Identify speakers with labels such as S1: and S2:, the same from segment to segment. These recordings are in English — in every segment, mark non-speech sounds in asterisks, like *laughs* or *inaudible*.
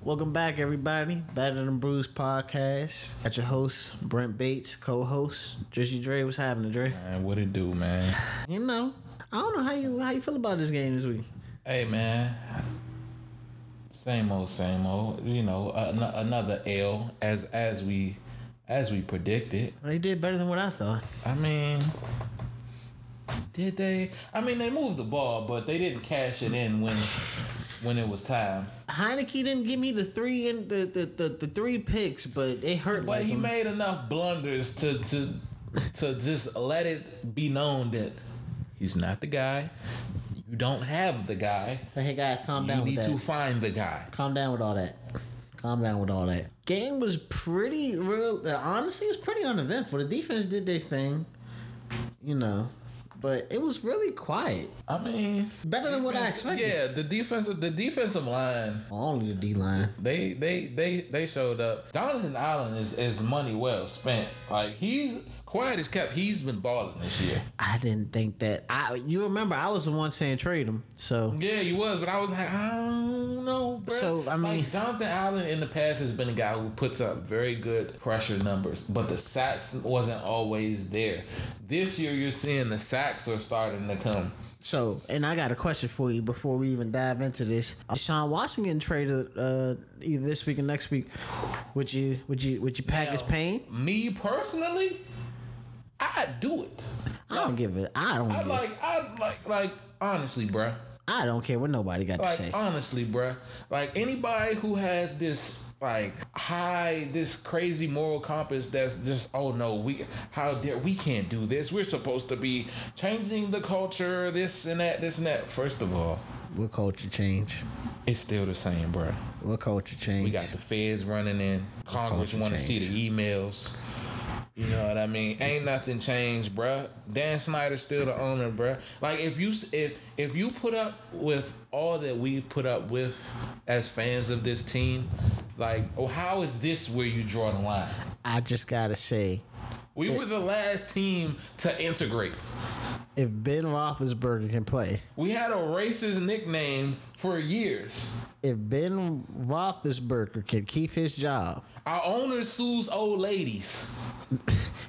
S1: Welcome back, everybody. Better Than Bruised podcast. At your host, Brent Bates, co host, Drizzy Dre. What's happening, Dre?
S2: Man, what it do, man?
S1: You know, I don't know how you how you feel about this game this week.
S2: Hey, man. Same old, same old. You know, an- another L as as we as we predicted.
S1: They did better than what I thought.
S2: I mean, did they? I mean, they moved the ball, but they didn't cash it in when when it was time.
S1: Heineke didn't give me the three and the the, the, the three picks, but it hurt.
S2: But
S1: like
S2: he
S1: him.
S2: made enough blunders to to to just let it be known that he's not the guy. You don't have the guy.
S1: hey guys, calm
S2: You
S1: down with
S2: need
S1: that.
S2: to find the guy.
S1: Calm down with all that. Calm down with all that. Game was pretty real. uh, Honestly, it was pretty uneventful. The defense did their thing, you know, but it was really quiet.
S2: I mean,
S1: Better than what I expected.
S2: Yeah, the defensive the defensive line
S1: Only the D line.
S2: they they they they showed up. Jonathan Allen is is money well spent. Like he's quiet as kept. He's been balling this year.
S1: I didn't think that. I you remember I was the one saying trade him. So
S2: Yeah, he was, but I was like, I don't know, bro.
S1: So, I mean-
S2: like, Jonathan Allen in the past has been a guy who puts up very good pressure numbers, but the sacks wasn't always there. This year, you're seeing the sacks are starting to come.
S1: so and I got a question for you before we even dive into this. Uh, Sean Watson getting traded uh, either this week or next week. Would you would you would you pack his
S2: Now,
S1: pain?
S2: Me personally, I do it.
S1: I don't give it. I don't.
S2: I
S1: give,
S2: like, I like, like honestly, bruh.
S1: I don't care what nobody got to say.
S2: Like uh, honestly, bruh. Like anybody who has this like high, this crazy moral compass that's just oh no, we how dare we can't do this. We're supposed to be changing the culture, this and that, this and that. First of all,
S1: What culture change?
S2: it's still the same, bruh.
S1: What culture change?
S2: We got the feds running in. Congress
S1: Culture
S2: want to
S1: change.
S2: see the emails. You know what I mean? Ain't nothing changed, bruh. Dan Snyder's still the owner, bruh. Like if you s- if if you put up with all that we've put up with as fans of this team, like oh, how is this where you draw the line?
S1: I just gotta say,
S2: We were the last team to integrate.
S1: if Ben Roethlisberger can play,
S2: We had a racist nickname for years.
S1: if Ben Roethlisberger can keep his job,
S2: Our owner sues old ladies.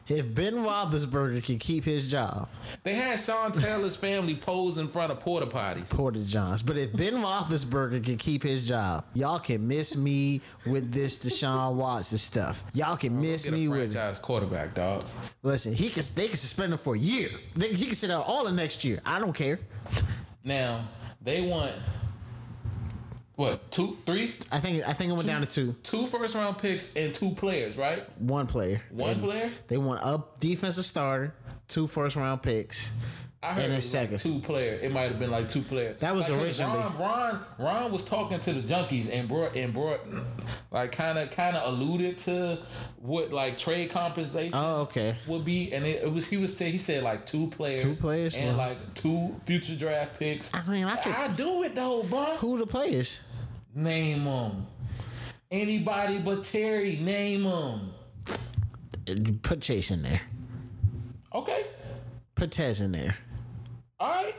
S1: if Ben Roethlisberger can keep his job,
S2: They
S1: *laughs*
S2: had Sean Taylor's family pose in front of porta potties.
S1: Porter Johns. But if Ben Roethlisberger can keep his job, y'all can miss me with this Deshaun Watson stuff. Y'all can miss
S2: Get a
S1: me with it.
S2: franchise quarterback, dog.
S1: Listen, he can. They can suspend him for a year. They, he can sit out all of next year. I don't care.
S2: Now they want what two, three,
S1: I think. I think it went down to two.
S2: two first round picks and two players, right?
S1: One player.
S2: One player.
S1: They want a defensive starter, two first round picks.
S2: I heard
S1: And a
S2: it was
S1: second.
S2: like two player. It might have been like two players.
S1: That was
S2: like 'cause
S1: originally-
S2: Ron, Ron. Ron was talking to the junkies and brought and brought like kind of kind of alluded to what like trade compensation.
S1: Oh, okay.
S2: would be and it, it was he was say he said like two players
S1: Two players,
S2: and
S1: wow.
S2: like two future draft picks
S1: I mean, I could.
S2: I do it though bro
S1: Who the players?
S2: Name them. Anybody but Terry, name them.
S1: Put Chase in there.
S2: Okay.
S1: Put Tez in there.
S2: All right.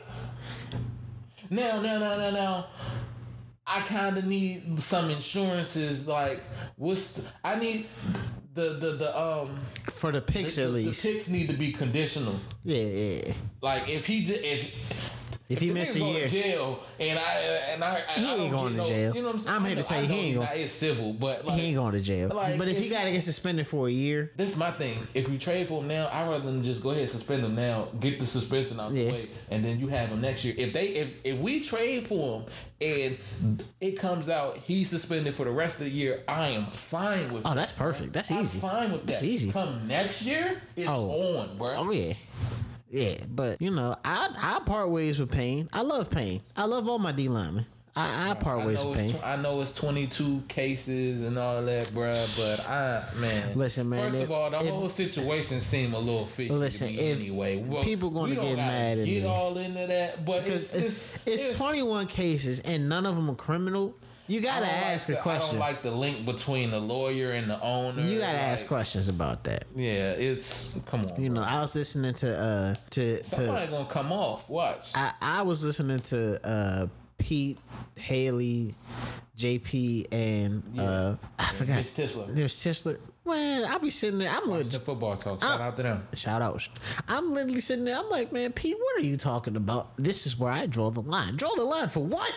S2: Now, now, now, now, now. I kind of need some insurances. Like, what's the, I need the the the um
S1: For the picks, at
S2: the,
S1: least.
S2: the picks need to be conditional.
S1: yeah, yeah. yeah.
S2: Like, if he just if
S1: If he
S2: The
S1: missed
S2: nigga
S1: a
S2: going
S1: year,
S2: To jail, and I and I, I
S1: He
S2: I
S1: ain't
S2: don't
S1: going to
S2: get no-
S1: jail.
S2: You know what I'm saying?
S1: I'm here to say he ain't
S2: going. It's civil, but like,
S1: he ain't going to jail.
S2: Like,
S1: but if
S2: if-
S1: he got to get suspended for a year,
S2: This is my thing. If you trade for him now, I'd rather them just go ahead and suspend him now, get the suspension out
S1: Yeah.
S2: the way, and then you have him next year. If they if if we trade for him and it comes out he's suspended for the rest of the year, I am fine with
S1: oh,
S2: it.
S1: that's perfect. That's easy.
S2: I'm fine with that.
S1: It's easy.
S2: Come next year, it's
S1: Oh.
S2: on, bro.
S1: Oh yeah, yeah. But you know, I I part ways with Payne. I love Payne. I love all my D linemen. I, I part
S2: I
S1: ways
S2: know,
S1: with Payne.
S2: it's, tw- I know it's 22 cases and all that, bruh, but I, man.
S1: Listen, man,
S2: First
S1: it-
S2: of all, the
S1: it-
S2: whole situation seemed a little fishy
S1: Listen,
S2: to me
S1: if
S2: anyway. Well,
S1: people gonna
S2: we don't
S1: get
S2: gotta
S1: mad at
S2: Get
S1: me.
S2: all into that, but
S1: Because
S2: it's just.
S1: it's, it's 21 cases and none of them are criminal. You
S2: I
S1: gotta
S2: don't like
S1: ask
S2: the-
S1: a question.
S2: I don't like the link between the lawyer and the owner.
S1: you gotta ask
S2: like,
S1: questions about that.
S2: Yeah, it's. Come on.
S1: You know, I was listening to uh to to
S2: Somebody gonna come off. Watch.
S1: I, I was listening to uh Pete, Haley, JP, and uh, I forgot.
S2: Mitch Tisler.
S1: There's Tisler. Man, I'll be sitting there. I'm
S2: The
S1: legit.
S2: football talk. Shout out to them.
S1: Shout out. I'm literally sitting there. I'm like, man, Pete, what are you talking about? This is where I draw the line. Draw the line for what?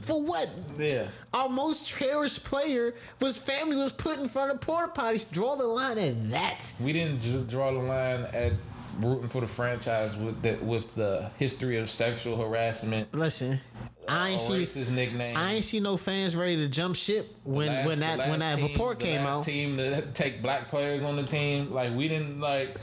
S1: For what?
S2: Yeah.
S1: Our most cherished player was family was put in front of porta potties. Draw the line at that.
S2: We didn't j- draw the line at rooting for the franchise with the, with the history of sexual harassment,
S1: Listen, I
S2: or
S1: ain't see.
S2: racist nickname.
S1: I ain't see no fans ready to jump ship when
S2: Last-
S1: when
S2: the
S1: that when
S2: last
S1: that
S2: team-
S1: report
S2: the
S1: came
S2: last
S1: out.
S2: Team to take black players on the team, like we didn't like.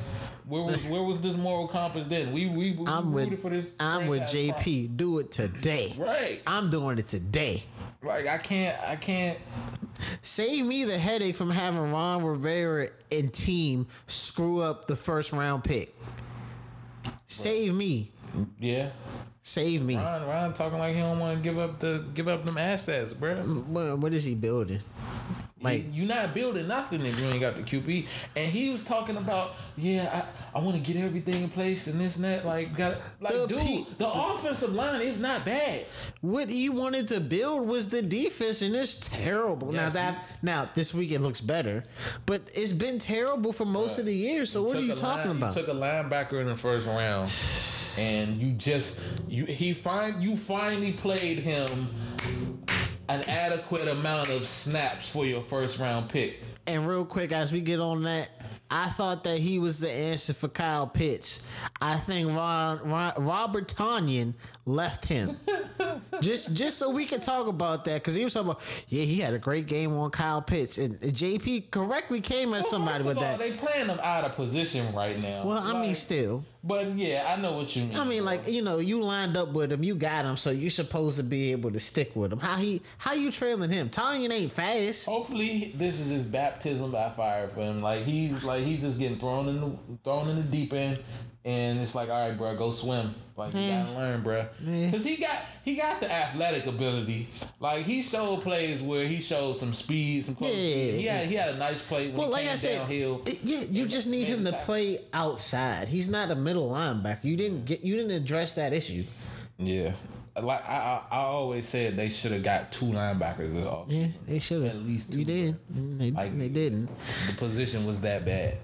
S2: Where was where was this moral compass then? We we, we
S1: I'm
S2: rooted
S1: with
S2: for this.
S1: I'm with
S2: franchise
S1: JP. Do it today.
S2: pro- Right,
S1: I'm doing it today.
S2: like I can't I can't.
S1: Save me the headache from having Ron Rivera and team screw up the first round pick. Save me.
S2: Yeah,
S1: Save me.
S2: Ron, Ron talking like he don't want to give up the give up them assets, bro.
S1: What, what is he building? Like
S2: You're not building nothing if you ain't got the QB. And he was talking about, yeah, I, I want to get everything in place and this and that. Like, got like,
S1: The
S2: dude,
S1: pe-
S2: the offensive line is not bad.
S1: what he wanted to build was the defense, and it's terrible. now
S2: Yes,
S1: that now this week it looks better, but it's been terrible for most of the year. So what are
S2: took
S1: you
S2: a
S1: talking
S2: line-
S1: about?
S2: You took a linebacker in the first round, and you just you he find you finally played him an adequate amount of snaps for your first round pick.
S1: And real quick, as we get on that, I thought that he was the answer for Kyle Pitts. I think Ron, Ron, Robert Tanyan left him.
S2: *laughs*
S1: just just so we can talk about that, because he was talking about, yeah, he had a great game on Kyle Pitts. And JP correctly came at somebody
S2: First
S1: with
S2: of all,
S1: that.
S2: They playing him out of position right now.
S1: well, I mean,
S2: Like,
S1: still.
S2: but yeah, I know what you mean.
S1: I mean, like you know, you lined up with him, you got him, so you're supposed to be able to stick with him. How he, how you trailing him? Tanyan ain't fast.
S2: Hopefully, this is his baptism by fire for him. Like he's like he's just getting thrown in the thrown in the deep end, and it's like, all right, bro, go swim. Like you
S1: Yeah.
S2: gotta learn, bro,
S1: Yeah.
S2: because he got he got the athletic ability. Like he showed plays where he showed some speed, some close.
S1: Yeah, yeah,
S2: speed. He
S1: yeah.
S2: had he had a nice play when
S1: Well,
S2: he
S1: like
S2: came
S1: I said,
S2: downhill.
S1: it- yeah, you just need him to
S2: tackle.
S1: play outside. He's not a middle linebacker. You didn't get, you didn't address that issue.
S2: yeah, like I, I I always said they should have got two linebackers this off.
S1: Yeah, they should have.
S2: At least
S1: you
S2: two,
S1: did. Mm, They,
S2: Like-
S1: they didn't. *laughs*
S2: The position was that bad.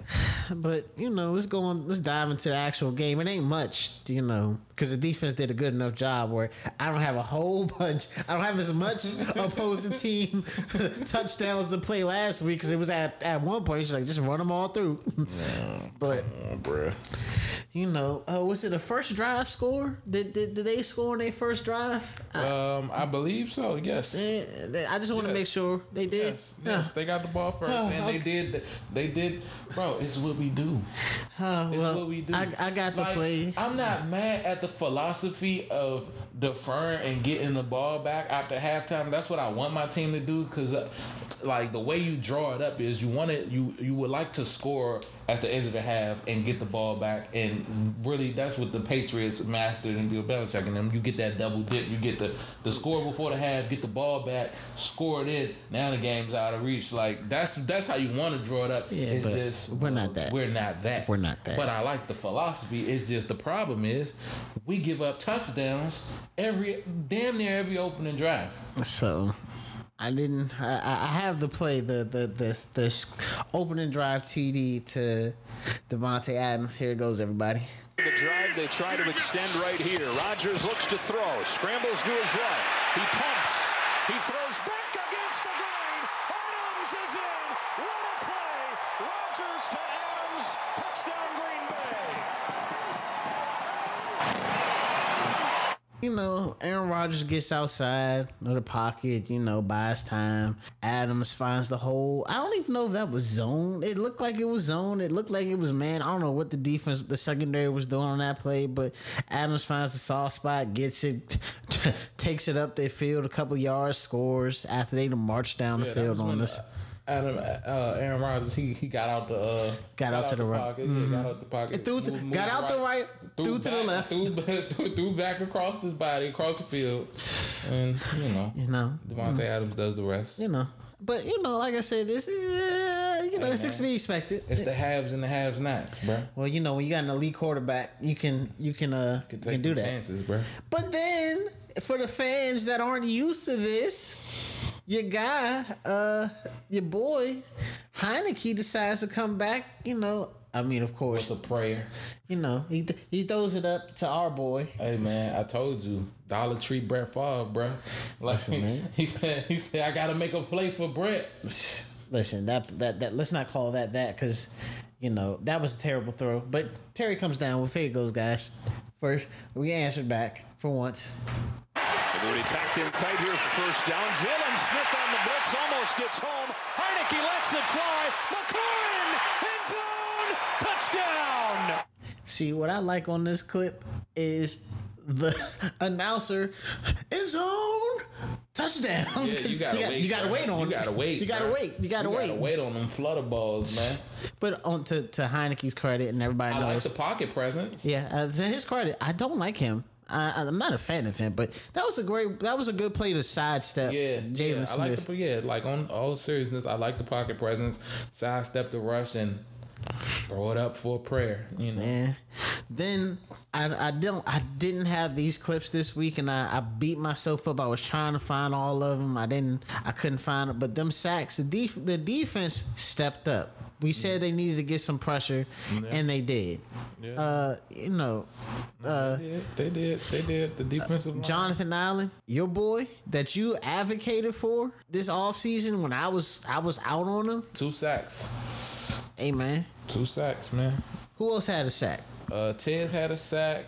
S1: But you know, let's go on. Let's dive into the actual game. It ain't much, you know, because the defense did a good enough job where I don't have a whole *laughs* bunch. I don't have as
S2: *laughs*
S1: much opposing team *laughs* touchdowns to play last week because it was at at one point. She's like, just run them all through. *laughs* but
S2: Oh, bro.
S1: You know, uh, was it a first drive score? Did, did did they score on their first drive? I,
S2: Um, I believe so. Yes.
S1: eh, they- I just want to make
S2: Yes.
S1: sure they did.
S2: Yes, yes, they got the ball first,
S1: Oh,
S2: and they did. They did, bro. It's what we do.
S1: Uh,
S2: It's
S1: well,
S2: what we do.
S1: I, I got the
S2: Like,
S1: play.
S2: I'm not mad at the philosophy of deferring and getting the ball back after halftime. That's what I want my team to do because, uh, like, the way you draw it up is you want it. You you would like to score at the end of the half and get the ball back, and really that's what the Patriots mastered and Bill Belichick and them. You get that double dip. You get the the score before the half, get the ball back, score it in. Now the game's out of reach. Like that's that's how you want to draw it up.
S1: Yeah,
S2: it's
S1: but
S2: just
S1: we're not that.
S2: We're not that.
S1: We're not that.
S2: But I like the philosophy. It's just the problem is we give up touchdowns every damn near every opening drive.
S1: So I didn't. I, I I have the play. The the the the opening drive TD to Devonte Adams. Here it goes, everybody.
S3: The drive they try to extend right here. Rogers looks to throw, scrambles to his right. He pumps. He throws back against the grain. Adams is in. What a play! Rogers to Adams. Touchdown Green Bay.
S1: You know, Aaron Rodgers gets outside of the pocket, you know, buys time. Adams finds the hole. I don't even know if that was zone. It looked like it was zone. It looked like it was man. I don't know what the defense, the secondary was doing on that play, but Adams finds the soft spot, gets it, *laughs* takes it up their field a couple yards, scores after they done marched down the
S2: Yeah, that
S1: field
S2: was
S1: on
S2: when,
S1: this.
S2: uh, Adam, uh, Aaron Rodgers, he, he got out the uh,
S1: Got out to the right. Mm-hmm.
S2: pocket, yeah, got out the pocket,
S1: Threw to-
S2: moved-
S1: got
S2: moved
S1: out the right, threw to the
S2: back-
S1: left.
S2: threw, *laughs* back- threw back across his body, across the field, and you know,
S1: You know, Mm-hmm.
S2: Devontae Adams does the rest.
S1: you know. But you know, like I said, this uh, you know, it's
S2: man.
S1: to be expected.
S2: It's the haves and the haves nots, bro.
S1: well, you know, when you got an elite quarterback, you can you can uh you
S2: Take
S1: can do
S2: them
S1: that.
S2: chances, bro.
S1: But then for the fans that aren't used to this, your guy, uh, your boy, Heineke decides to come back. You know, I mean, of course,
S2: It's a prayer.
S1: you know, he th- he throws it up to our boy.
S2: Hey man, I told you, Dollar Tree Brett Favre, bro. Like
S1: man.
S2: *laughs* he said, he said I gotta make a play for Brett.
S1: Listen, that that that let's not call that that because you know that was a terrible throw. But Terry comes down with fade goes, guys. First, we answered back for once.
S3: Moody packed in tight here for first down. Jalen Smith on the blitz almost gets home. Heineke lets it fly. McLaurin in zone. Touchdown.
S1: See, what I like on this clip is the *laughs* announcer in zone touchdown.
S2: Yeah,
S1: *laughs* 'Cause
S2: you gotta wait.
S1: You gotta
S2: bro.
S1: wait on
S2: You
S1: it.
S2: gotta wait.
S1: You gotta
S2: bro.
S1: wait. You gotta wait.
S2: wait on them flutter balls, man.
S1: But on to, to Heineke's credit, and everybody
S2: I like
S1: knows.
S2: the pocket presence.
S1: yeah, uh, to his credit, I don't like him. I, I'm not a fan of him, but that was a great. That was a good play to sidestep
S2: Yeah,
S1: Jalen
S2: yeah,
S1: Smith.
S2: I like the yeah, like on all seriousness, I like the pocket presence. Sidestep the rush and throw it up for a prayer. You know,
S1: Yeah. Eh. Then I, I don't I didn't have these clips this week and I, I beat myself up. I was trying to find all of them. I didn't I couldn't find it. But them sacks, the def, the defense stepped up. We said they needed to get some pressure, and they did. Uh, you know, Uh,
S2: Yeah, they did. They did. The defensive line.
S1: Jonathan Allen, your boy that you advocated for this offseason when I was I was out on him.
S2: two sacks,
S1: Hey man,
S2: two sacks, man.
S1: who else had a sack?
S2: Uh, Tez had a sack.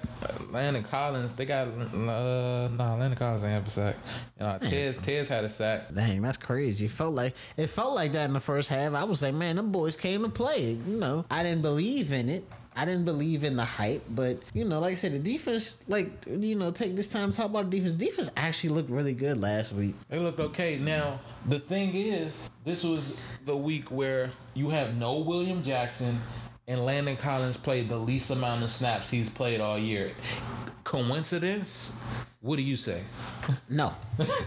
S2: Landon Collins, they got uh, nah, Landon Collins ain't have a sack. Uh, Tez, Tez had a sack.
S1: Dang, that's crazy. It felt like it felt like that in the first half. I was like, man, them boys came to play. You know, I didn't believe in it. I didn't believe in the hype, but you know, like I said, the defense, like you know, take this time to talk about the defense. Defense actually looked really good last week.
S2: They look okay. Now, the thing is, this was the week where you have no William Jackson and Landon Collins played the least amount of snaps he's played all year. Coincidence? What do you say?
S1: No,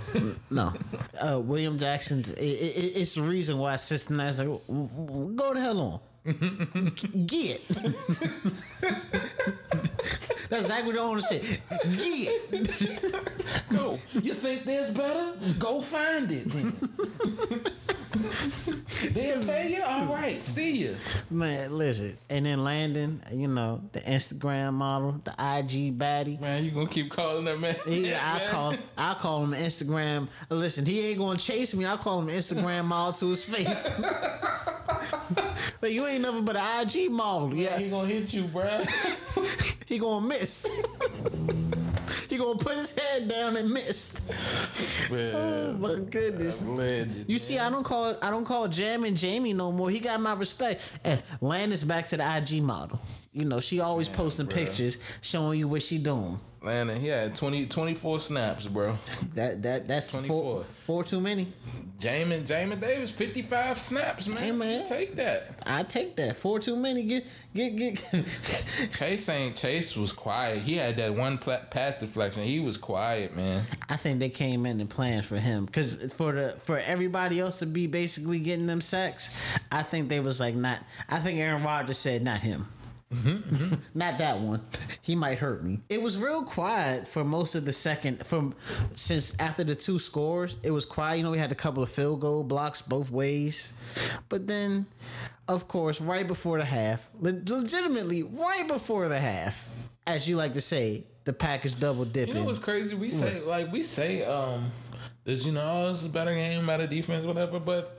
S1: *laughs* no. Uh, William Jackson, it, it, it's the reason why Cincinnati's like, "W- w- go the hell on. G- Get. *laughs* That's exactly what I want to say. Get.
S2: Go. You think there's better? Go find it. Then. They'll pay you? All right. See ya.
S1: Man, listen, and then Landon, you know, the Instagram model, the IG baddie.
S2: Man, you gonna keep calling that man.
S1: He, I
S2: *laughs* man.
S1: call, I call him Instagram. Listen, he ain't gonna chase me. I call him Instagram *laughs* model to his face. *laughs* like you ain't nothing but an IG model. Yeah,
S2: He gonna hit you, bruh.
S1: he gonna miss. *laughs* he gonna put his head down and miss. Oh my goodness. You see, I don't call I don't call Jam and Jamie no more. He got my respect. And Landon's back to the IG model. You know, she always posting pictures showing you what she doing.
S2: Landon, he had 20, 24 snaps, bro.
S1: That that that's four,
S2: 24.
S1: four too many.
S2: Jamin, Jamin Davis, 55 snaps, man.
S1: Hey, man.
S2: Take that.
S1: I take that. Four too many. Get get get.
S2: Chase ain't Chase was quiet. He had that one pla- pass deflection. He was quiet, man.
S1: I think they came in and planned for him because for the for everybody else to be basically getting them sacks, I think they was like not. I think Aaron Rodgers said not him. *laughs* not that one. He might hurt me. It was real quiet for most of the second from since after the two scores. It was quiet. You know, we had a couple of field goal blocks both ways. But then of course, right before the half, le- legitimately right before the half, as you like to say, the Packers double dipping.
S2: You know what's crazy? We say like we say um this you know oh, this is a better game, better defense, whatever, but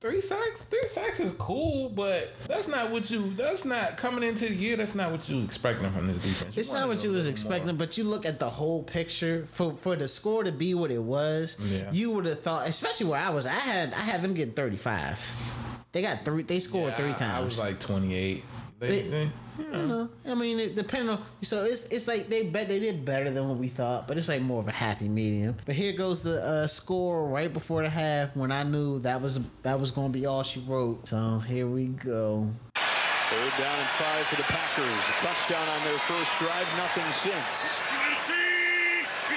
S2: three sacks, three sacks is cool, but that's not what you that's not coming into the year, that's not what you expecting from this defense.
S1: It's not
S2: wanted
S1: what you
S2: a
S1: was
S2: little
S1: expecting,
S2: more.
S1: but you look at the whole picture for for the score to be what it was.
S2: Yeah.
S1: You would have thought, especially where I was. I had I had them getting thirty five. They got three. They scored
S2: Yeah,
S1: three
S2: I-
S1: times.
S2: I was like uh. twenty eight.
S1: They- you know, I mean, it depending on. So it's it's like they bet they did better than what we thought, but it's like more of a happy medium. But here goes the uh, score right before the half when I knew that was that was going to be all she wrote. So here we go.
S3: Third down and five for the Packers. A touchdown on their first drive, nothing since.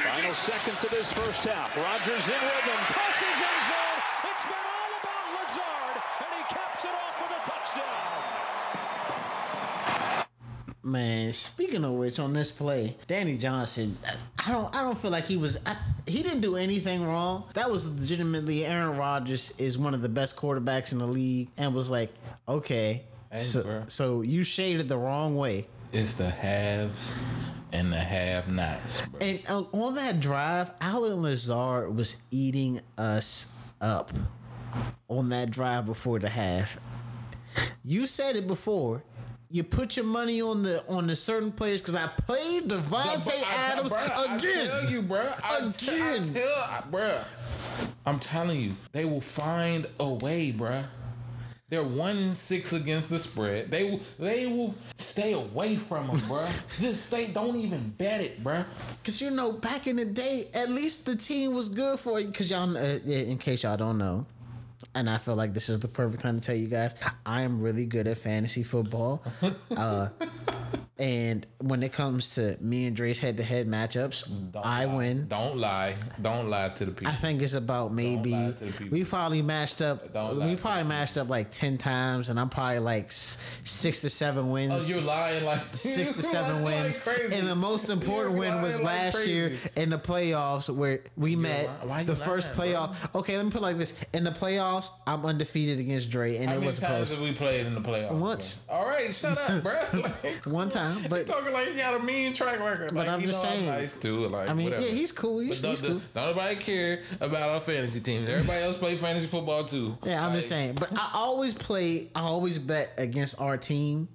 S3: Final seconds of this first half. Rodgers in rhythm, tosses in zone. It's been all about on Lazard, and he caps it off with a touchdown.
S1: Man, speaking of which, on this play, Danny Johnson, I don't, I don't feel like he was, I, he didn't do anything wrong. That was legitimately Aaron Rodgers is one of the best quarterbacks in the league, and was like, okay,
S2: Hey,
S1: so,
S2: bro.
S1: so you shaded the wrong way.
S2: It's the haves and the have-nots, bro.
S1: And uh, on that drive, Alan Lazard was eating us up on that drive before the half. You said it before. You put your money on the on the certain players because I played Devontae
S2: I- I-
S1: Adams
S2: bruh,
S1: again.
S2: I tell you, bro. I t- I
S1: Again.
S2: tell, I- bruh. I'm telling you, they will find a way, bruh. They're one in six against the spread. They will, they will stay away from
S1: *laughs*
S2: them, bruh. Just stay. Don't even bet it, bruh.
S1: Cause you know, back in the day, at least the team was good for you. Cause y'all, uh, yeah, in case y'all don't know, and I feel like this is the perfect time to tell you guys, I am really good at fantasy
S2: *laughs*
S1: football. uh, and when it comes to me and Dre's head-to-head matchups,
S2: Don't
S1: I
S2: lie.
S1: win.
S2: Don't lie. Don't lie to the people.
S1: I think it's about maybe
S2: lie to the people.
S1: we probably matched up.
S2: Don't lie
S1: we
S2: to
S1: probably matched up like ten times, and I'm probably like s- six to seven wins
S2: Oh, you're lying like
S1: six
S2: *laughs*
S1: to seven
S2: You're lying
S1: wins.
S2: like crazy.
S1: and the most important
S2: You're
S1: win
S2: lying
S1: was
S2: like
S1: last
S2: crazy.
S1: year in the playoffs where we met
S2: why you
S1: the first
S2: lying, bro?
S1: playoff. Okay, let me put it like this: in the playoffs, I'm undefeated against Dre, and
S2: How
S1: it
S2: many
S1: wasn't
S2: times
S1: close.
S2: have we played in the playoffs?
S1: Once.
S2: bro? All right,
S1: *laughs*
S2: shut up, bro. *laughs* Like,
S1: One time,
S2: you
S1: but
S2: talking like you got a mean track record. But
S1: I'm
S2: you
S1: just
S2: know
S1: saying.
S2: I'm nice too. Like,
S1: I mean,
S2: whatever.
S1: yeah, he's cool. He's,
S2: But don't,
S1: he's cool.
S2: don't nobody care about our fantasy teams. Everybody else play fantasy football too.
S1: Yeah, I'm just
S2: Like,
S1: saying. But I always play, I always bet against our team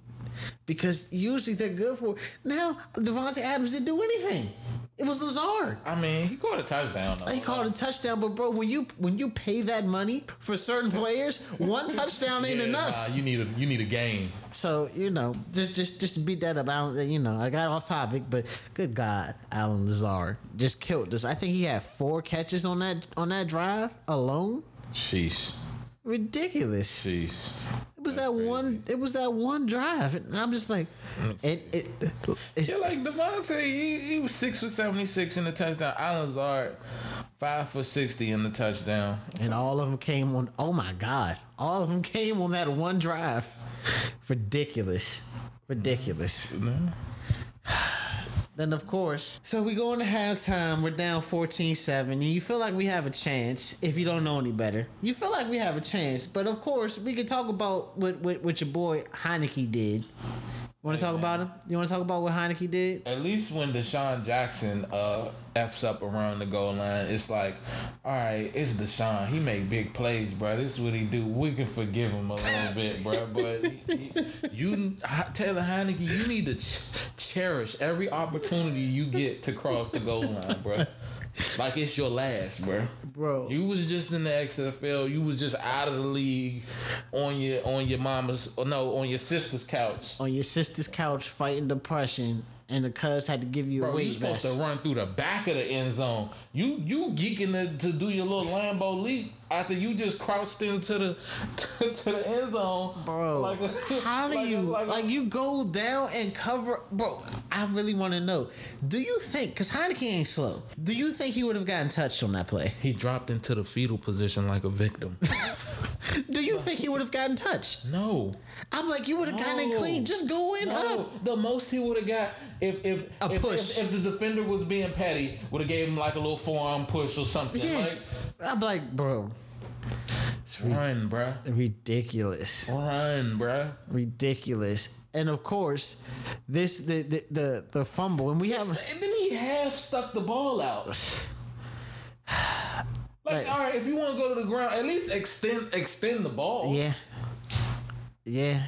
S1: because usually they're good for. Now Devontae Adams didn't do anything. It was Lazard.
S2: I mean, he caught a touchdown. Though.
S1: They called a touchdown, but bro, when you when you pay that money for certain players, one touchdown ain't
S2: Yeah,
S1: enough.
S2: Nah, you need a you need a game.
S1: So you know, just just just to beat that up. I don't, you know, I got off topic, but good God, Alan Lazard just killed this. I think he had four catches on that on that drive alone.
S2: Sheesh,
S1: Ridiculous.
S2: sheesh.
S1: It was that one. It was that one drive, and I'm just like, it. it, it's-
S2: Yeah, like Devontae, he, he was six for seventy six in the touchdown. Alan Lazard, five for sixty in the touchdown.
S1: and all of them came on. Oh my God! All of them came on that one drive. Ridiculous. Ridiculous.
S2: Mm-hmm.
S1: Then of course, so we go into halftime. We're down 14-7, and you feel like we have a chance if you don't know any better. You feel like we have a chance, but of course, we can talk about what what, what your boy Heineke did. Want to talk about him? You want to talk about what Heineke did?
S2: At least when Deshaun Jackson uh f's up around the goal line, it's like, all right, it's Deshaun. He make big plays, bro. This is what he do. We can forgive him a little bit, bro. But he- you, Taylor Heineke, you need to ch- cherish every opportunity you get to cross the goal line, bro. Like it's your last, bro.
S1: Bro.
S2: you was just in the XFL. You was just out of the league on your on your mama's or no on your sister's couch.
S1: On your sister's couch fighting depression, and the cuz had to give you a
S2: Bro, you
S1: weight
S2: supposed
S1: vest.
S2: to run through the back of the end zone. You you geeking to, to do your little Lambo leap after you just crouched into the *laughs* to, to the end zone,
S1: Bro,
S2: a-
S1: how do
S2: like *laughs* a-
S1: you
S2: like
S1: like,
S2: a-
S1: you go down and cover? Bro, I really want to know. Do you think because Heineke ain't slow? Do you think he would have gotten touched on that play?
S2: he dropped into the fetal position like a victim. *laughs*
S1: Do you think he would have gotten touched?
S2: no,
S1: I'm like, you would have gotten it
S2: No.
S1: clean. Just go in
S2: no.
S1: up.
S2: The most he would have got if if
S1: A
S2: if,
S1: push.
S2: if if the defender was being petty, would have gave him like a little forearm push or something.
S1: Yeah,
S2: Like
S1: I'm like, bro,
S2: run, bruh.
S1: ridiculous.
S2: Run, bruh.
S1: ridiculous. And of course, this the the the, the fumble, and we have
S2: And then he half stuck the ball out. Like,
S1: Like-
S2: all right, if you want to go to the ground, at least extend extend the ball.
S1: yeah, yeah.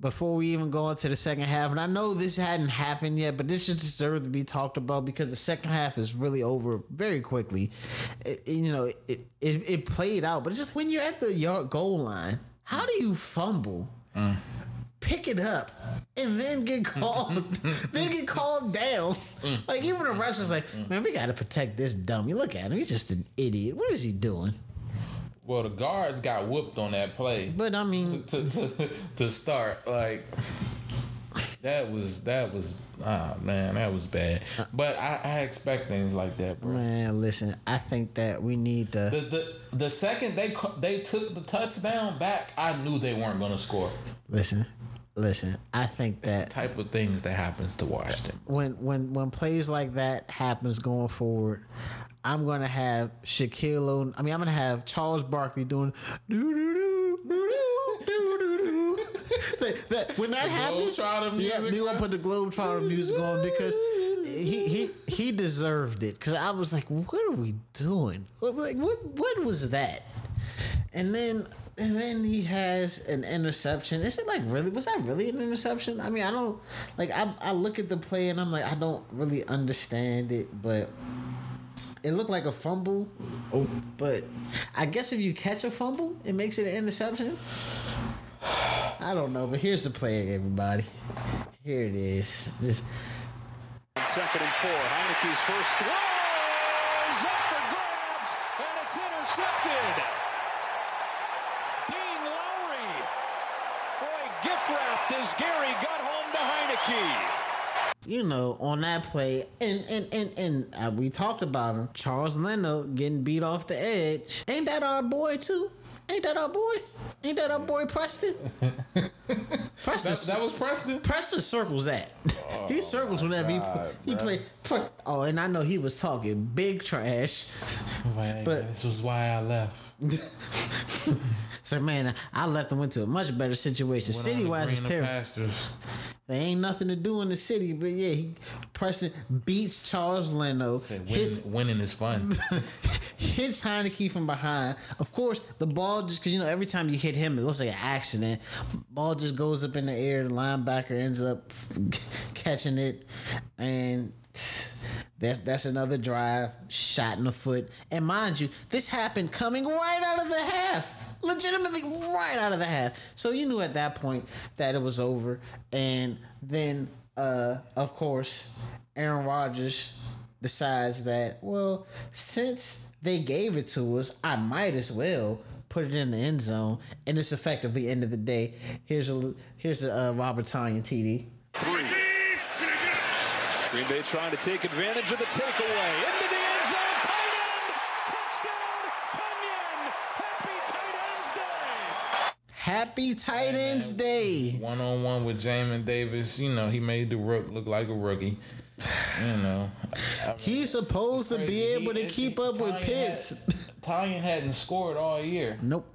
S1: Before we even go into the second half, and I know this hadn't happened yet, but this just deserves to be talked about because the second half is really over very quickly. It- it- you know, it, it it played out, but it's just when you're at the yard goal line, how do you fumble? Pick it up and then get called, *laughs* then get called down. Like even the refs is like, man, we got to protect this dummy. Look at him; he's just an idiot. What is he doing?
S2: Well, the guards got *laughs* whooped on that play
S1: But I mean,
S2: to, to, to start. Like, That was that was ah man, that was bad. But I, I expect things like that, bro.
S1: Man, listen, I think that we need to.
S2: The, the the second they cu- they took the touchdown back, I knew they weren't gonna score.
S1: Listen, listen. I think that
S2: Type of things that happens to Washington.
S1: when when when plays like that happens going forward, I'm gonna have Shaquille. O- I mean, I'm gonna have Charles Barkley doing doo doo doo doo doo doo doo. *laughs* That, that when that happens,
S2: Globetrotter
S1: yeah,
S2: music,
S1: they gonna
S2: bro.
S1: put the Globetrotter music on because he he he deserved it. Because I was like, what are we doing? Like what what was that? And then and then he has an interception. Is it like really was that really an interception? I mean, I don't like I I look at the play and I'm like I don't really understand it, but it looked like a fumble. Oh, but I guess if you catch a fumble, it makes it an interception. *sighs* I don't know, but here's the play, everybody. Here it is. Just,
S3: And second and four. Heineke's first throw is up for grabs, and it's intercepted. Dean Lowry. Boy, gift wrapped as Gary got home to Heineke.
S1: you know, on that play, and and and and uh, we talked about him, Charles Leno getting beat off the edge. Ain't that our boy too? Ain't that our boy? Ain't that our boy
S2: *laughs*
S1: Preston? Preston,
S2: That, that was Preston.
S1: Preston circles that. *laughs* he circles whenever
S2: God,
S1: he he
S2: bruh.
S1: play. Pre- oh, and I know he was talking big trash. *laughs* But-
S2: this was why I left.
S1: So man, I left him into a much better situation. City wise, is terrible. There ain't nothing to do in the city, but yeah, he Preston beats Charles Leno, hits
S2: Winning, winning is fun.
S1: hits Heineke from behind. Of course, the ball just because you know every time you hit him, it looks like an accident. Ball just goes up in the air. The linebacker ends up *laughs* catching it, and that's that's another drive shot in the foot. And mind you, this happened coming right out of the half. Legitimately, right out of the half. So you knew at that point that it was over. And then, uh, of course, Aaron Rodgers decides that, well, since they gave it to us, I might as well put it in the end zone, and it's effectively end of the day. Here's a here's a uh, Robert Tonyan TD.
S3: Three. Green Bay trying to take advantage of the takeaway. Into the end zone. Tight end. Touchdown. Tunyon. Happy Tight Ends Day.
S1: Happy Tight Ends Day.
S2: One on one with Jamin Davis, you know he made the rook look like a rookie. You know,
S1: He's supposed to be
S2: Crazy.
S1: able to
S2: He-
S1: keep up with
S2: Tanyan
S1: Pitts.
S2: had- Tanyan hadn't scored all year.
S1: Nope.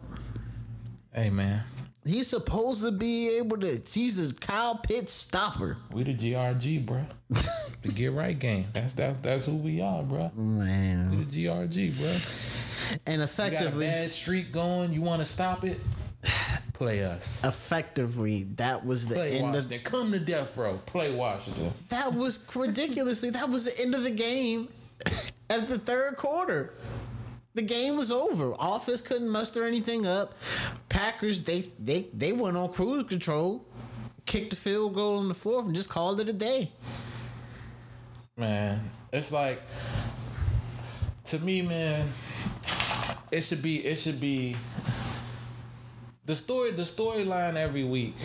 S2: Hey man,
S1: He's supposed to be able to. He's a Kyle Pitts stopper.
S2: we the GRG, bro. the get right game. That's that's that's who we are, bro.
S1: Man.
S2: The GRG, bro.
S1: And
S2: You got a
S1: effectively,
S2: bad streak going. You want to stop it? Play us.
S1: effectively, that was the
S2: Play
S1: end of
S2: Washington. Come to death row. Play Washington.
S1: That was ridiculously. That was the end of the game at the third quarter. The game was over. Office couldn't muster anything up. Packers they they they went on cruise control, kicked the field goal in the fourth, and just called it a day.
S2: man it's like to me man it should be it should be the story the storyline every week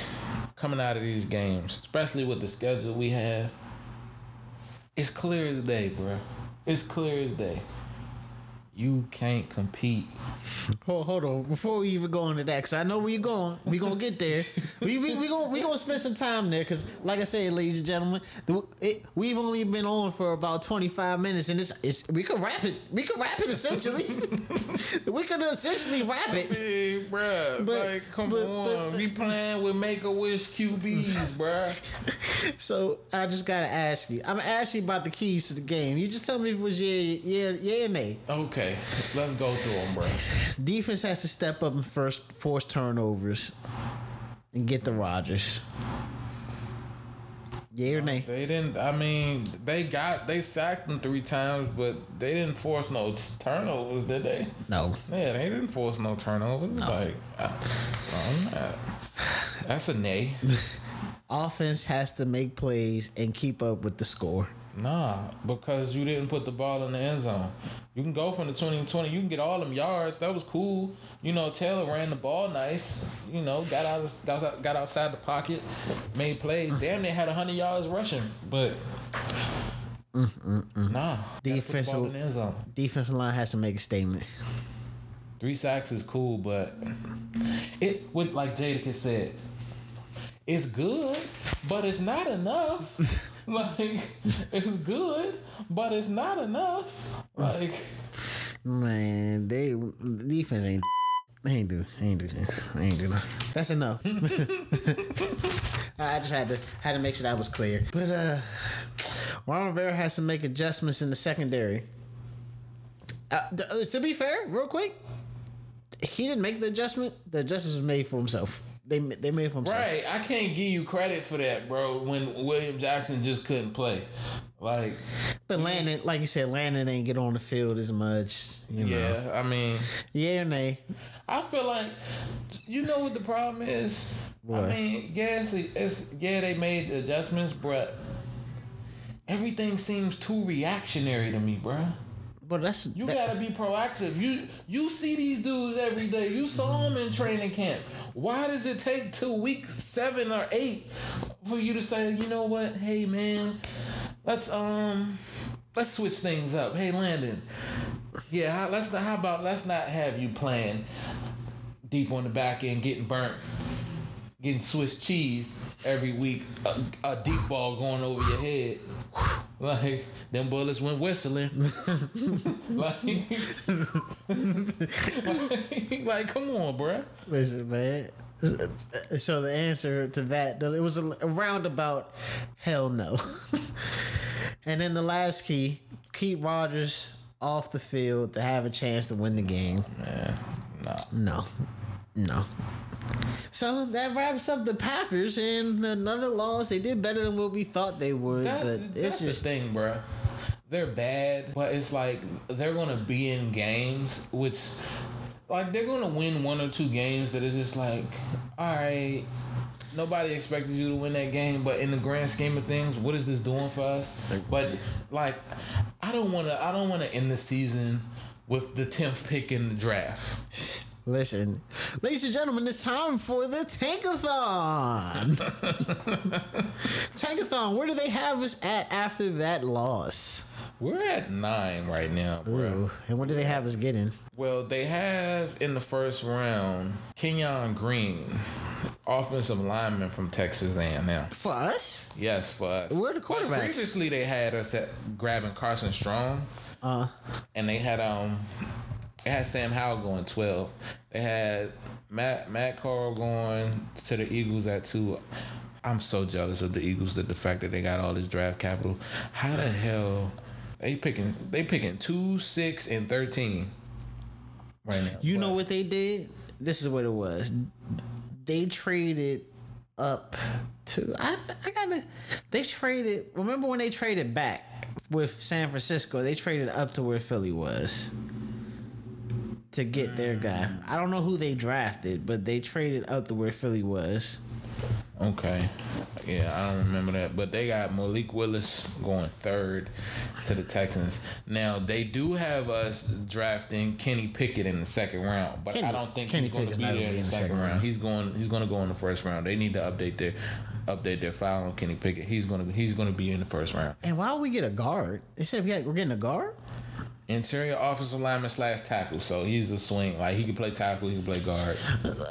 S2: coming out of these games especially with the schedule we have it's clear as day bro it's clear as day you can't compete
S1: Hold, hold on, before we even go into that, because I know where you're going. We gonna get there. we we we gonna we gonna spend some time there, because like I said, ladies and gentlemen, the, it, we've only been on for about 25 minutes, and it's, it's we could wrap it. We could wrap it essentially. *laughs* we could essentially wrap it.
S2: Hey, bruh,
S1: But-
S2: like, come
S1: but-
S2: on.
S1: but-
S2: we playing with Make a Wish QBs, bruh.
S1: So I just gotta ask you. I'm gonna ask you about the keys to the game. You just tell me if it was yeah yeah yeah or nay.
S2: *laughs* Okay, let's go through them, bruh.
S1: Defense has to step up and first force turnovers, and get the Rodgers. Yeah or nay?
S2: They didn't. I mean, they got they sacked him three times, but they didn't force no t- turnovers, did they?
S1: No.
S2: Yeah, they didn't force no turnovers. Like, I, am not. That's a nay.
S1: Offense has to make plays and keep up with the score.
S2: Nah, because you didn't put the ball in the end zone. You can go from the 20 and 20. You can get all them yards. That was cool. You know, Taylor ran the ball nice. You know, got out of, got out- got outside the pocket, made plays. Damn, they had 100 yards rushing. But nah, gotta put the
S1: Defensive-
S2: ball in the end zone.
S1: Defensive line has to make a statement. *laughs*
S2: Three sacks is cool, but it with like Jadakiss said, it's good, but it's not enough. *laughs* like it's good, but it's not enough. Like
S1: Man, they defense ain't they ain't do they ain't do they ain't do nothing. That's enough. *laughs* I just had to had to make sure that was clear. But uh Juan Rivera has to make adjustments in the secondary. Uh, th- uh, to be fair, real quick, he didn't make the adjustment. The adjustment was made for himself. They ma- they made it for himself.
S2: right, I can't give you credit for that, bro. When William Jackson just couldn't play, like
S1: But Landon, like you said, Landon ain't get on the field as much. You know. Yeah.
S2: yeah, I mean.
S1: Yeah or nay.
S2: I feel like you know what the problem is.
S1: What?
S2: I mean, yes, it- it's yeah they made adjustments, but everything seems too reactionary to me, bruh.
S1: But that's
S2: You
S1: that-
S2: gotta be proactive. You you see these dudes every day. You saw them in training camp. Why does it take till week seven or eight for you to say, you know what, hey man, let's um let's switch things up. Hey Landon, yeah, how, let's not, how about let's not have you playing deep on the back end, getting burnt, getting Swiss cheese every week, a, a deep ball going over your head. Like them bullets went whistling. like, *laughs* like, come on, bruh.
S1: Listen, man. So the answer to that, it was a roundabout hell no. *laughs* and then the last key, keep Rodgers off the field to have a chance to win the game.
S2: Nah.
S1: No, no. So that wraps up the Packers and another loss. They did better than what we thought they would,
S2: That,
S1: but it's
S2: that's
S1: just
S2: the thing, bruh. They're bad, but it's like they're gonna be in games which, like, they're gonna win one or two games that is just like, all right, nobody expected you to win that game, but in the grand scheme of things, what is this doing for us? But like, I don't wanna, I don't wanna end the season with the tenth pick in the draft.
S1: listen, ladies and gentlemen, it's time for the Tankathon. Tankathon, where do they have us at after that loss?
S2: We're at nine right now, bruh.
S1: Ooh, and what do they have us getting?
S2: Well, they have in the first round Kenyon Green, offensive lineman from Texas A&M.
S1: For us?
S2: Yes, for us.
S1: Where are the
S2: But
S1: quarterbacks?
S2: previously, they had us at grabbing Carson Strong,
S1: Uh,
S2: and they had um, they had Sam Howell going twelve. They had Matt Matt Carl going to the Eagles at two. I'm so jealous of the Eagles that the fact that they got all this draft capital. How the hell they picking? They picking two, six, and thirteen right now.
S1: you
S2: But-
S1: know what they did? This is what it was. They traded up to I I gotta they traded remember when they traded back with San Francisco, they traded up to where Philly was to get their guy. I don't know who they drafted, but they traded up to where Philly was.
S2: Okay. Yeah, I don't remember that. But they got Malik Willis going third to the Texans. Now they do have us drafting Kenny Pickett in the second round, but
S1: Kenny-
S2: I don't think
S1: Kenny
S2: he's going to
S1: Pickett's
S2: be
S1: not
S2: there
S1: gonna
S2: in the second round. He's going. He's going to go in the first round. They need to update their update their file on Kenny Pickett. He's going to. He's going to be in the first round.
S1: And why would we get a guard? They said we got, we're getting a guard?
S2: Interior offensive lineman slash tackle. So he's a swing. Like he can play tackle. He can play guard.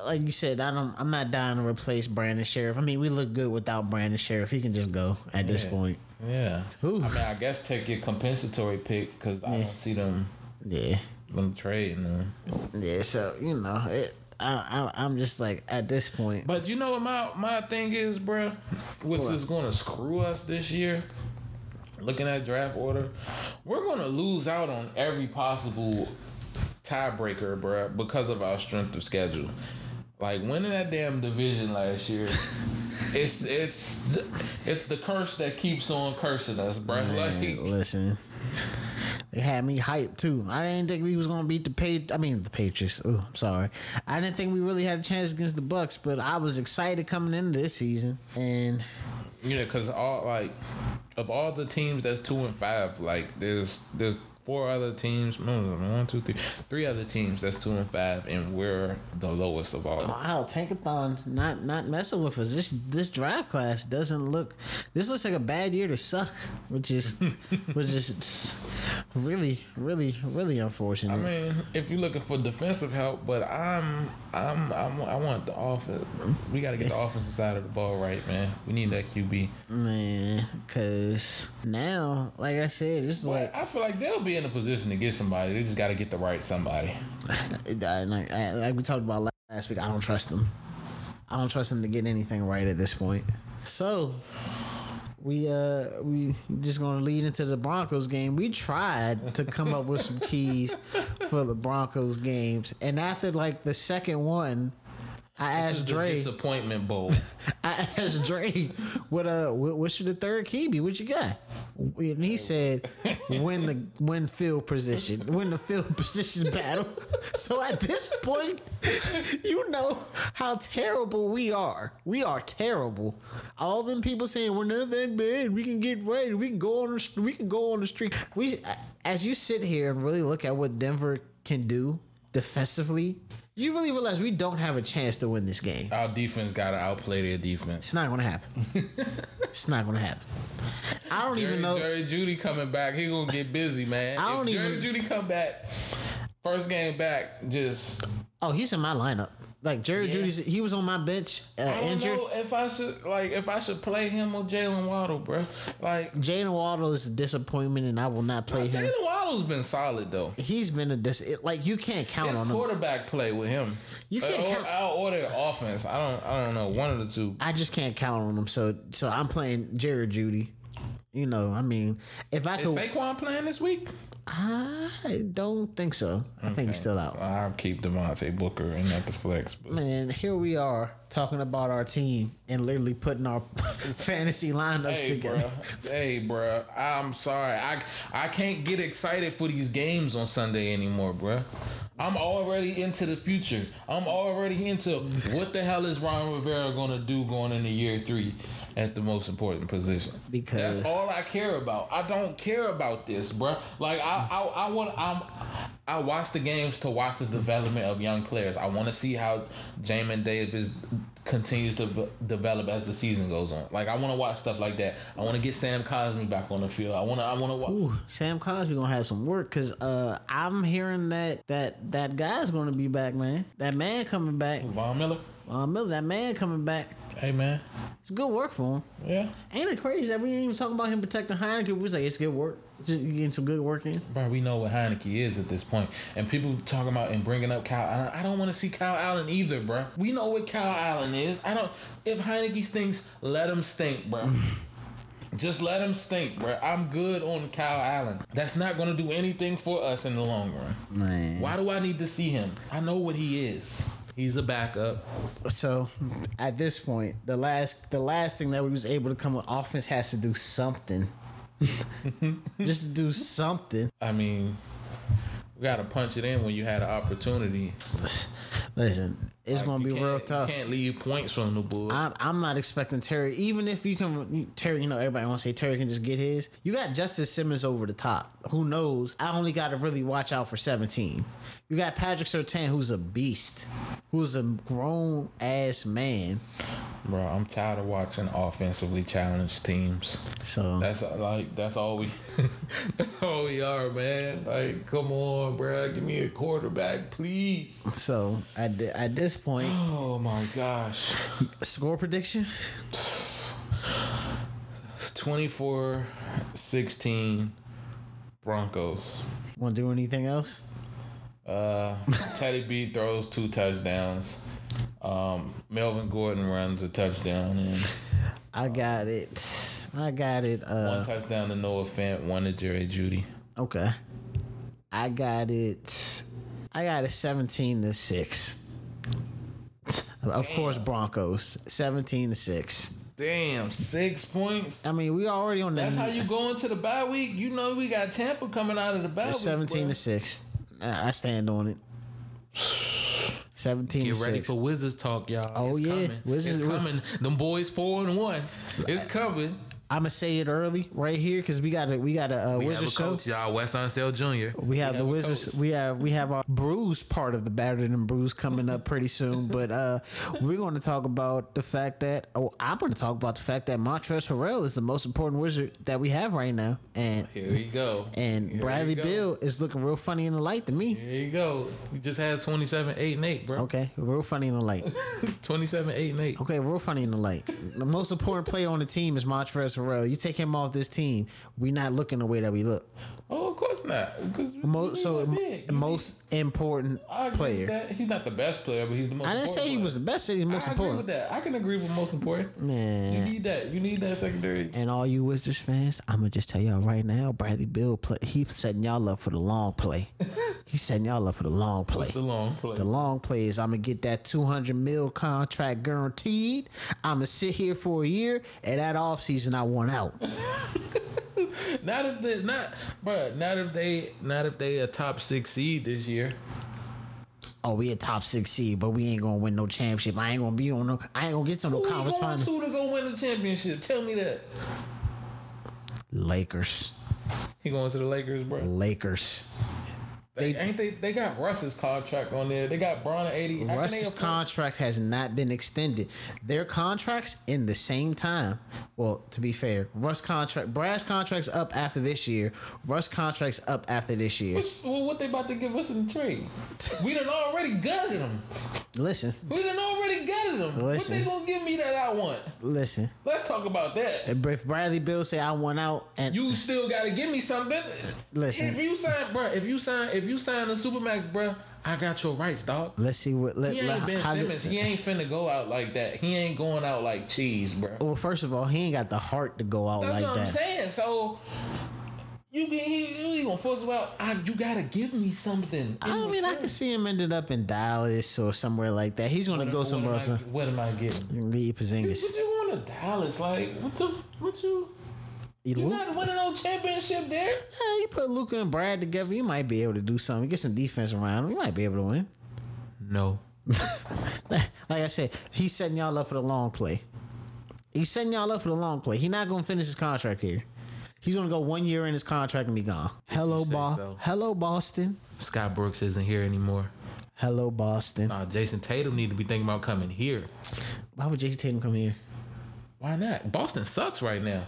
S1: like you said, I don't. I'm not dying to replace Brandon Sheriff. I mean, we look good without Brandon Sheriff. He can just go at this point.
S2: Yeah.
S1: Ooh.
S2: I mean, I guess take your compensatory pick because I don't see them
S1: Yeah,
S2: them trading uh, them.
S1: yeah. So you know, it, I, I, I'm just like at this point.
S2: But you know what my my thing is, bruh? Which is gonna screw us this year. Looking at draft order, we're gonna lose out on every possible tiebreaker, bruh, because of our strength of schedule. Like winning that damn division last year, it's it's th- it's the curse that keeps on cursing us, bruh.
S1: Man,
S2: Like
S1: listen, they had me hyped too. I didn't think we was gonna beat the page. I mean, the Patriots. Oh, I'm sorry. I didn't think we really had a chance against the Bucks, but I was excited coming into this season. And
S2: you know, cause all like of all the teams that's two and five, like there's there's four other teams, one, two, three, three other teams that's two and five, and we're the lowest of all.
S1: Wow, Tankathon's not not messing with us. This this draft class doesn't look. This looks like a bad year to suck, which
S2: *laughs*
S1: is which is really really really unfortunate.
S2: I mean, if you're looking for defensive help, but I'm I'm, I'm I want the offense. We got to get the offensive side of the ball right, man. We need that QB.
S1: Man, cause now, like I said, this is
S2: But
S1: like *laughs*
S2: I feel like they'll be in a position to get somebody. They just got to get the right somebody.
S1: I- like, I- like we talked about last week. I don't trust them. I don't trust them to get anything right at this point. So we uh we just gonna lead into the Broncos game. We tried to come up with some keys for the Broncos games, and after like the second one, I
S2: This is
S1: asked
S2: the
S1: Dre.
S2: disappointment bowl.
S1: *laughs* I asked Dre, "What uh, what, what should the third key be? What you got?" And he said, "Win the win field position, win the field *laughs* position battle." so at this point, you know how terrible we are. We are terrible. All them people saying we're not that bad. We can get right. We can go on. The, st- we can go on the street. We, as you sit here and really look at what Denver can do defensively. You really realize we don't have a chance to win this game.
S2: Our defense got to outplay their defense.
S1: It's not gonna happen. it's not gonna happen. I don't
S2: Jerry,
S1: even know.
S2: Jerry Judy coming back, he gonna get busy, man.
S1: I don't
S2: if Jerry
S1: even-
S2: Judy come back, first game back, just
S1: Oh, he's in my lineup. Like Jerry
S2: Yeah.
S1: Judy's, he was on my bench uh,
S2: I don't
S1: injured.
S2: know if I should like if I should play him or Jalen Waddle, bro. Like
S1: Jalen Waddle is a disappointment, and I will not play him.
S2: Jalen Waddle's been solid though.
S1: He's been a dis. it- like you can't count
S2: It's
S1: on him.
S2: quarterback play with him.
S1: You can't
S2: Or-
S1: count-
S2: I'll order offense. I don't. I don't know. One of the two.
S1: I just can't count on him. So, so I'm playing Jerry Judy. You know, I mean, if I
S2: Is
S1: could,
S2: Saquon playing this week?
S1: I don't think so. I think he's still out.
S2: I'll keep Devontae Booker and not the flex. But
S1: Man, here we are talking about our team and literally putting our *laughs* fantasy lineups
S2: hey,
S1: together.
S2: bro. Hey, bro. I'm sorry. I I can't get excited for these games on Sunday anymore, bro. I'm already into the future. I'm already into what the hell is Ron Rivera gonna do going into year three at the most important position.
S1: Because-
S2: that's all I care about. I don't care about this, bruh. Like I, I, I want I'm. I watch the games to watch the development of young players. I want to see how Jamin Davis continues to v- develop as the season goes on. Like I want to watch stuff like that. I want to get Sam Cosme back on the field. I want to. I want to watch.
S1: Ooh, Sam Cosby gonna have some work because uh, I'm hearing that that that guy's gonna be back, man. That man coming back,
S2: Von Miller.
S1: uh, Miller. That man coming back.
S2: Hey man.
S1: It's good work for him.
S2: Yeah.
S1: Ain't it crazy that we didn't even talk about him protecting Heineken? We was like, it's good work. Just getting some good work in.
S2: Bro, we know what Heineke is at this point, and people talking about and bringing up Kyle. Allen. I don't want to see Kyle Allen either, bro. We know what Kyle Allen is. I don't. If Heineke stinks, let him stink,
S1: *laughs*
S2: bro. Just let him stink, bro. I'm good on Kyle Allen. That's not gonna do anything for us in the long run.
S1: Man.
S2: Why do I need to see him? I know what he is. He's a backup.
S1: So at this point, the last the last thing that we was able to come with offense has to do something. *laughs* Just to do something. *sighs*
S2: I mean, we gotta punch it in when you had an opportunity.
S1: Listen, it's gonna
S2: You
S1: be real
S2: can't- you
S1: tough.
S2: can't leave points on the board.
S1: I'm, I'm not expecting Terry. Even if you can, Terry, you know, everybody wants to say Terry can just get his. You got Justice Simmons over the top. Who knows? I only got to really watch out for 17. You got Patrick Sertan, who's a beast, who's a grown ass man.
S2: Bro, I'm tired of watching offensively challenged teams.
S1: So
S2: That's uh, like that's all we *laughs* that's all we are, man. Like, come on, bro, give me a quarterback, please.
S1: so at, thi- at this point, *gasps*
S2: Oh my gosh,
S1: score prediction?
S2: 24-16 Broncos.
S1: Want to do anything else?
S2: Uh, Teddy B throws two touchdowns. Um, Melvin Gordon runs a touchdown and
S1: I got it. I got it. Uh,
S2: one touchdown to Noah Fant, one to Jerry Judy.
S1: okay. I got it. I got it 17 to 6. Of course, Broncos. 17 to 6.
S2: Damn, six points.
S1: I mean, we already on
S2: That's how
S1: that.
S2: you go into the bye week. You know we got Tampa coming out of the bye week.
S1: 17
S2: bruh.
S1: to 6. I I stand on
S2: *sighs*
S1: it. 17
S2: Get
S1: to
S2: ready
S1: 6.
S2: for Wizards talk, y'all.
S1: Oh,
S2: it's
S1: yeah.
S2: coming.
S1: Wizards-
S2: it's coming. Them boys four and one. It's coming.
S1: I'm gonna say it early right here because we got a we got a uh,
S2: We have a
S1: Wizards show.
S2: coach, y'all. Wes Unsell Jr.
S1: We have, the
S2: a
S1: Wizards.
S2: coach.
S1: We have we have our bruise part of the battered and bruise coming up pretty soon. *laughs* but uh, we're going to talk about the fact that oh, I'm going to talk about the fact that Montrezl Harrell is the most important wizard that we have right now, and
S2: Here we go.
S1: and
S2: Here
S1: Bradley
S2: we go.
S1: Bill is looking real funny in the light to me.
S2: Here you go. You just had 27, 8, and 8, bro.
S1: Okay, real funny in the light.
S2: 27, 8, and 8.
S1: Okay, real funny in the light. The most important player on the team is Montrezl Harrell. You take him off this team, we not looking the way that we look.
S2: Oh, of course not. Because
S1: Most so
S2: big.
S1: most important
S2: I agree with
S1: player.
S2: that. He's not the best player, but he's the most.
S1: I didn't
S2: important
S1: say he
S2: player.
S1: was the best. I said He's the most
S2: I agree with
S1: important.
S2: that. I can agree with most important. You
S1: Man.
S2: need that. You need that secondary.
S1: And all you Wizards fans, I'm gonna just tell y'all right now, Bradley Bill play. He's setting y'all up for the long
S2: *laughs*
S1: play. he's setting y'all up for the long play.
S2: The long play.
S1: The long play is I'm gonna get that 200 mil contract guaranteed. I'm gonna sit here for a year, and that offseason I want out.
S2: *laughs* Not if they not, but not if they not if they a top six seed this year.
S1: oh, we a top six seed, but we ain't gonna win no championship. I ain't gonna be on no. I ain't gonna get to no
S2: Who you
S1: conference
S2: going
S1: finals.
S2: to to go win the championship? Tell me that.
S1: Lakers,
S2: He going to the Lakers, bro.
S1: Lakers.
S2: They, ain't they? They got Russ's contract on there. They got Bron at eighty. How can they
S1: Russ's
S2: afford-
S1: contract has not been extended. Their contracts in the same time. Well, to be fair, Russ contract, Brad's contract's up after this year. Russ contract's up after this year.
S2: Well, what they about to give us in trade? We done already gutted them.
S1: Listen,
S2: We done already gutted them. What
S1: Listen.
S2: they gonna give me that I want?
S1: listen.
S2: Let's talk about that.
S1: If Bradley Bill say I want out, and
S2: You still gotta give me something.
S1: Listen.
S2: If you sign, bro. If you sign, if you sign the supermax, bro, I got your rights, dog.
S1: let's see what. Let,
S2: He ain't
S1: let-
S2: Ben
S1: how-
S2: Simmons. He ain't finna go out like that. He ain't going out like cheese, bro.
S1: well, first of all, he ain't got the heart to go out
S2: That's
S1: like
S2: what
S1: that.
S2: I'm saying. So you can he, he gonna force him out. I, you gotta give me something. in
S1: I mean, I
S2: return.
S1: could see him ended up in Dallas or somewhere like that. He's going to go
S2: What
S1: somewhere
S2: am
S1: else.
S2: I-
S1: and
S2: What am I getting?
S1: Leave Porzingis.
S2: What you want to Dallas? Like what the what you?
S1: He
S2: You
S1: Luke-
S2: not winning no championship there.
S1: Yeah, you put Luca and Brad together, you might be able to do something. Get some defense around him. You might be able to win. *laughs*
S2: No.
S1: Like I said, he's setting y'all up for the long play. He's setting y'all up for the long play. He's not going to finish his contract here. He's going to go one year in his contract and be gone. Hello,
S2: say
S1: Bo-
S2: so.
S1: Hello, Boston.
S2: Scott Brooks isn't here anymore.
S1: Hello, Boston.
S2: Uh, Jason Tatum need to be thinking about coming here.
S1: Why would Jason Tatum come here?
S2: Why not? Boston sucks right now.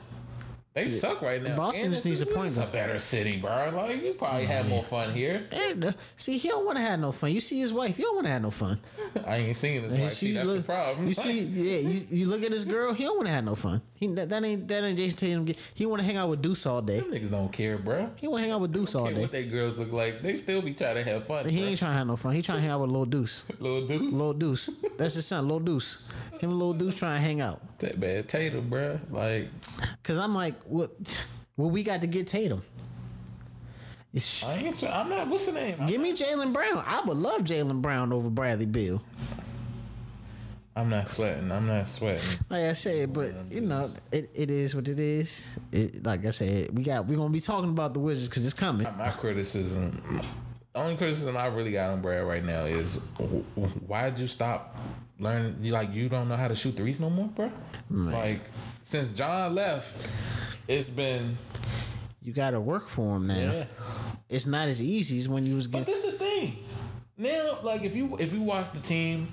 S2: They suck right now.
S1: Boston
S2: And
S1: just
S2: this
S1: needs
S2: is-
S1: a point
S2: It's a
S1: guard.
S2: better city, bro. Like you probably had more fun here. *laughs*
S1: Eh, no. See, he don't want to have no fun. You see his wife, you don't want to have no fun.
S2: I ain't seen this.
S1: And
S2: Like, see,
S1: she
S2: that's
S1: look-
S2: the problem.
S1: You
S2: *laughs*
S1: see, yeah, you, you look at this girl. He don't want to have no fun. He that, that ain't that ain't Jason Tatum. He want to hang out with Deuce all day.
S2: Them niggas don't care, bro.
S1: He want to hang out with Deuce all
S2: Care
S1: day.
S2: what they girls look like? They still be trying to have fun.
S1: He
S2: bruh.
S1: ain't trying to have no fun. He trying to hang out with Lil Deuce.
S2: Little dude,
S1: Lil Deuce. That's his son, Lil Deuce. Him and Lil Deuce trying to hang out.
S2: that bad Tatum, bro. Like
S1: Cause I'm like, what? *sighs* What we got to get Tatum? It's-
S2: I ain't. Try- I'm not. What's the name?
S1: Give me Jalen Brown. I would love Jalen Brown over Bradley Bill.
S2: I'm not sweating. I'm not sweating.
S1: Like I said, but you know, it, it is what it is. It, like I said, we got we gonna be talking about the Wizards because it's coming.
S2: My criticism. The only criticism I really got on Brad right now is wh- wh- why'd you stop learning? You like you don't know how to shoot threes no more, bro. Like since John left, it's been
S1: You got to work for him now.
S2: yeah.
S1: It's not as easy as when you was
S2: But
S1: getting.
S2: this is the thing. Now, like if you if you watch the team,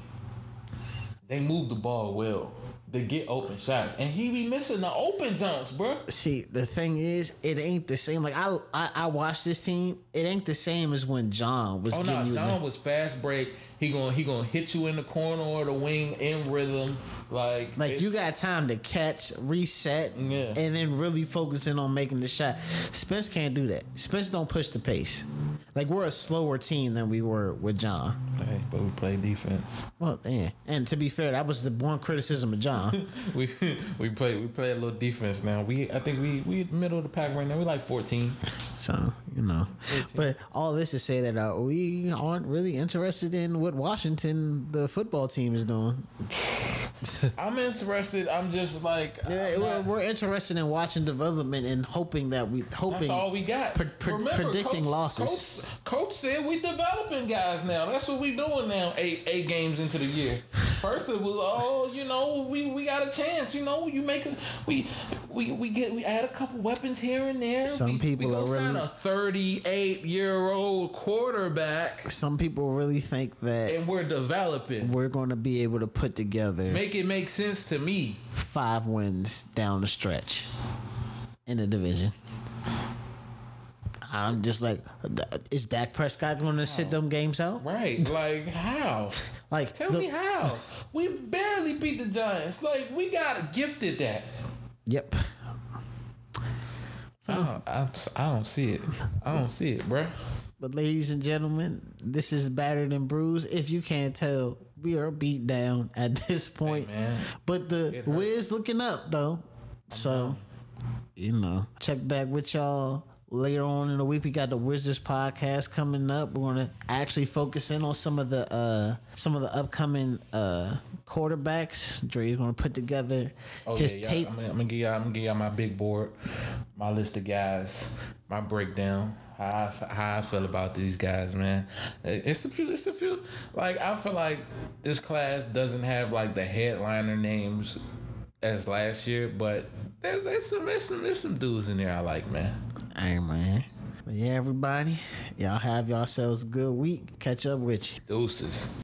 S2: they move the ball well. They get open shots, and he be missing the open dunks, bro.
S1: See, the thing is, it ain't the same. Like I, I, I watched this team. It ain't the same as when John was
S2: Oh
S1: getting
S2: no,
S1: you.
S2: John was fast break. He gonna he gonna hit you in the corner or the wing in rhythm, like
S1: like you
S2: it's-
S1: got time to catch, reset,
S2: Yeah.
S1: and then really focusing on making the shot. Spence can't do that. Spence don't push the pace. Like we're a slower team than we were with John.
S2: Hey, but we play defense.
S1: Well, yeah. And to be fair, that was the one criticism of
S2: *laughs*
S1: John.
S2: *laughs* We we play we play a little defense now. We I think we we middle of the pack right now. We like *laughs* fourteen.
S1: so, you know. But all this to say that uh, we aren't really interested in what Washington, the football team, is doing.
S2: I'm interested. I'm just like
S1: Yeah,
S2: I'm
S1: we're,
S2: not-
S1: we're interested in watching development and hoping that we hoping
S2: That's all we got.
S1: Pre- pre- predicting losses.
S2: Coach, coach said we developing guys now. That's what we doing now. Eight eight games into the year. First it was oh you know we, we got a chance you know you make a we we we get we add a couple weapons here and there.
S1: Some
S2: We- we
S1: people
S2: go
S1: are
S2: sign
S1: really-
S2: a thirty eight year old quarterback
S1: Some people really think that
S2: and we're developing.
S1: we're going to be able to put together
S2: Make it make sense to me.
S1: five wins down the stretch in the division. I'm just like, is Dak Prescott going to sit them games out?
S2: Right. Like how?
S1: Like,
S2: Tell
S1: the-
S2: me how. We barely beat the Giants. Like we got gifted that.
S1: Yep.
S2: I don't, I, I don't see it. I don't see it, bruh.
S1: But ladies and gentlemen, this is battered and bruised. If you can't tell, we are beat down at *laughs* this point.
S2: man.
S1: but the
S2: hurt.
S1: Wiz looking up though, so you know, check back with y'all later on in the week. We got the Wizards podcast coming up. We're gonna actually focus in on some of the uh some of the upcoming uh quarterbacks. Dre's gonna put together
S2: Oh
S1: his
S2: yeah,
S1: tape.
S2: I'm, gonna, I'm gonna give y'all. I'm gonna give y'all my big board, my list of guys, my breakdown. How I, f- how I feel about these guys, man. It's a few. It's a few. Like I feel like this class doesn't have like the headliner names as last year, but there's, there's some there's some there's some dudes in there I like, man.
S1: Hey man. But yeah, everybody, y'all have yourselves a good week. Catch up with you.
S2: Deuces.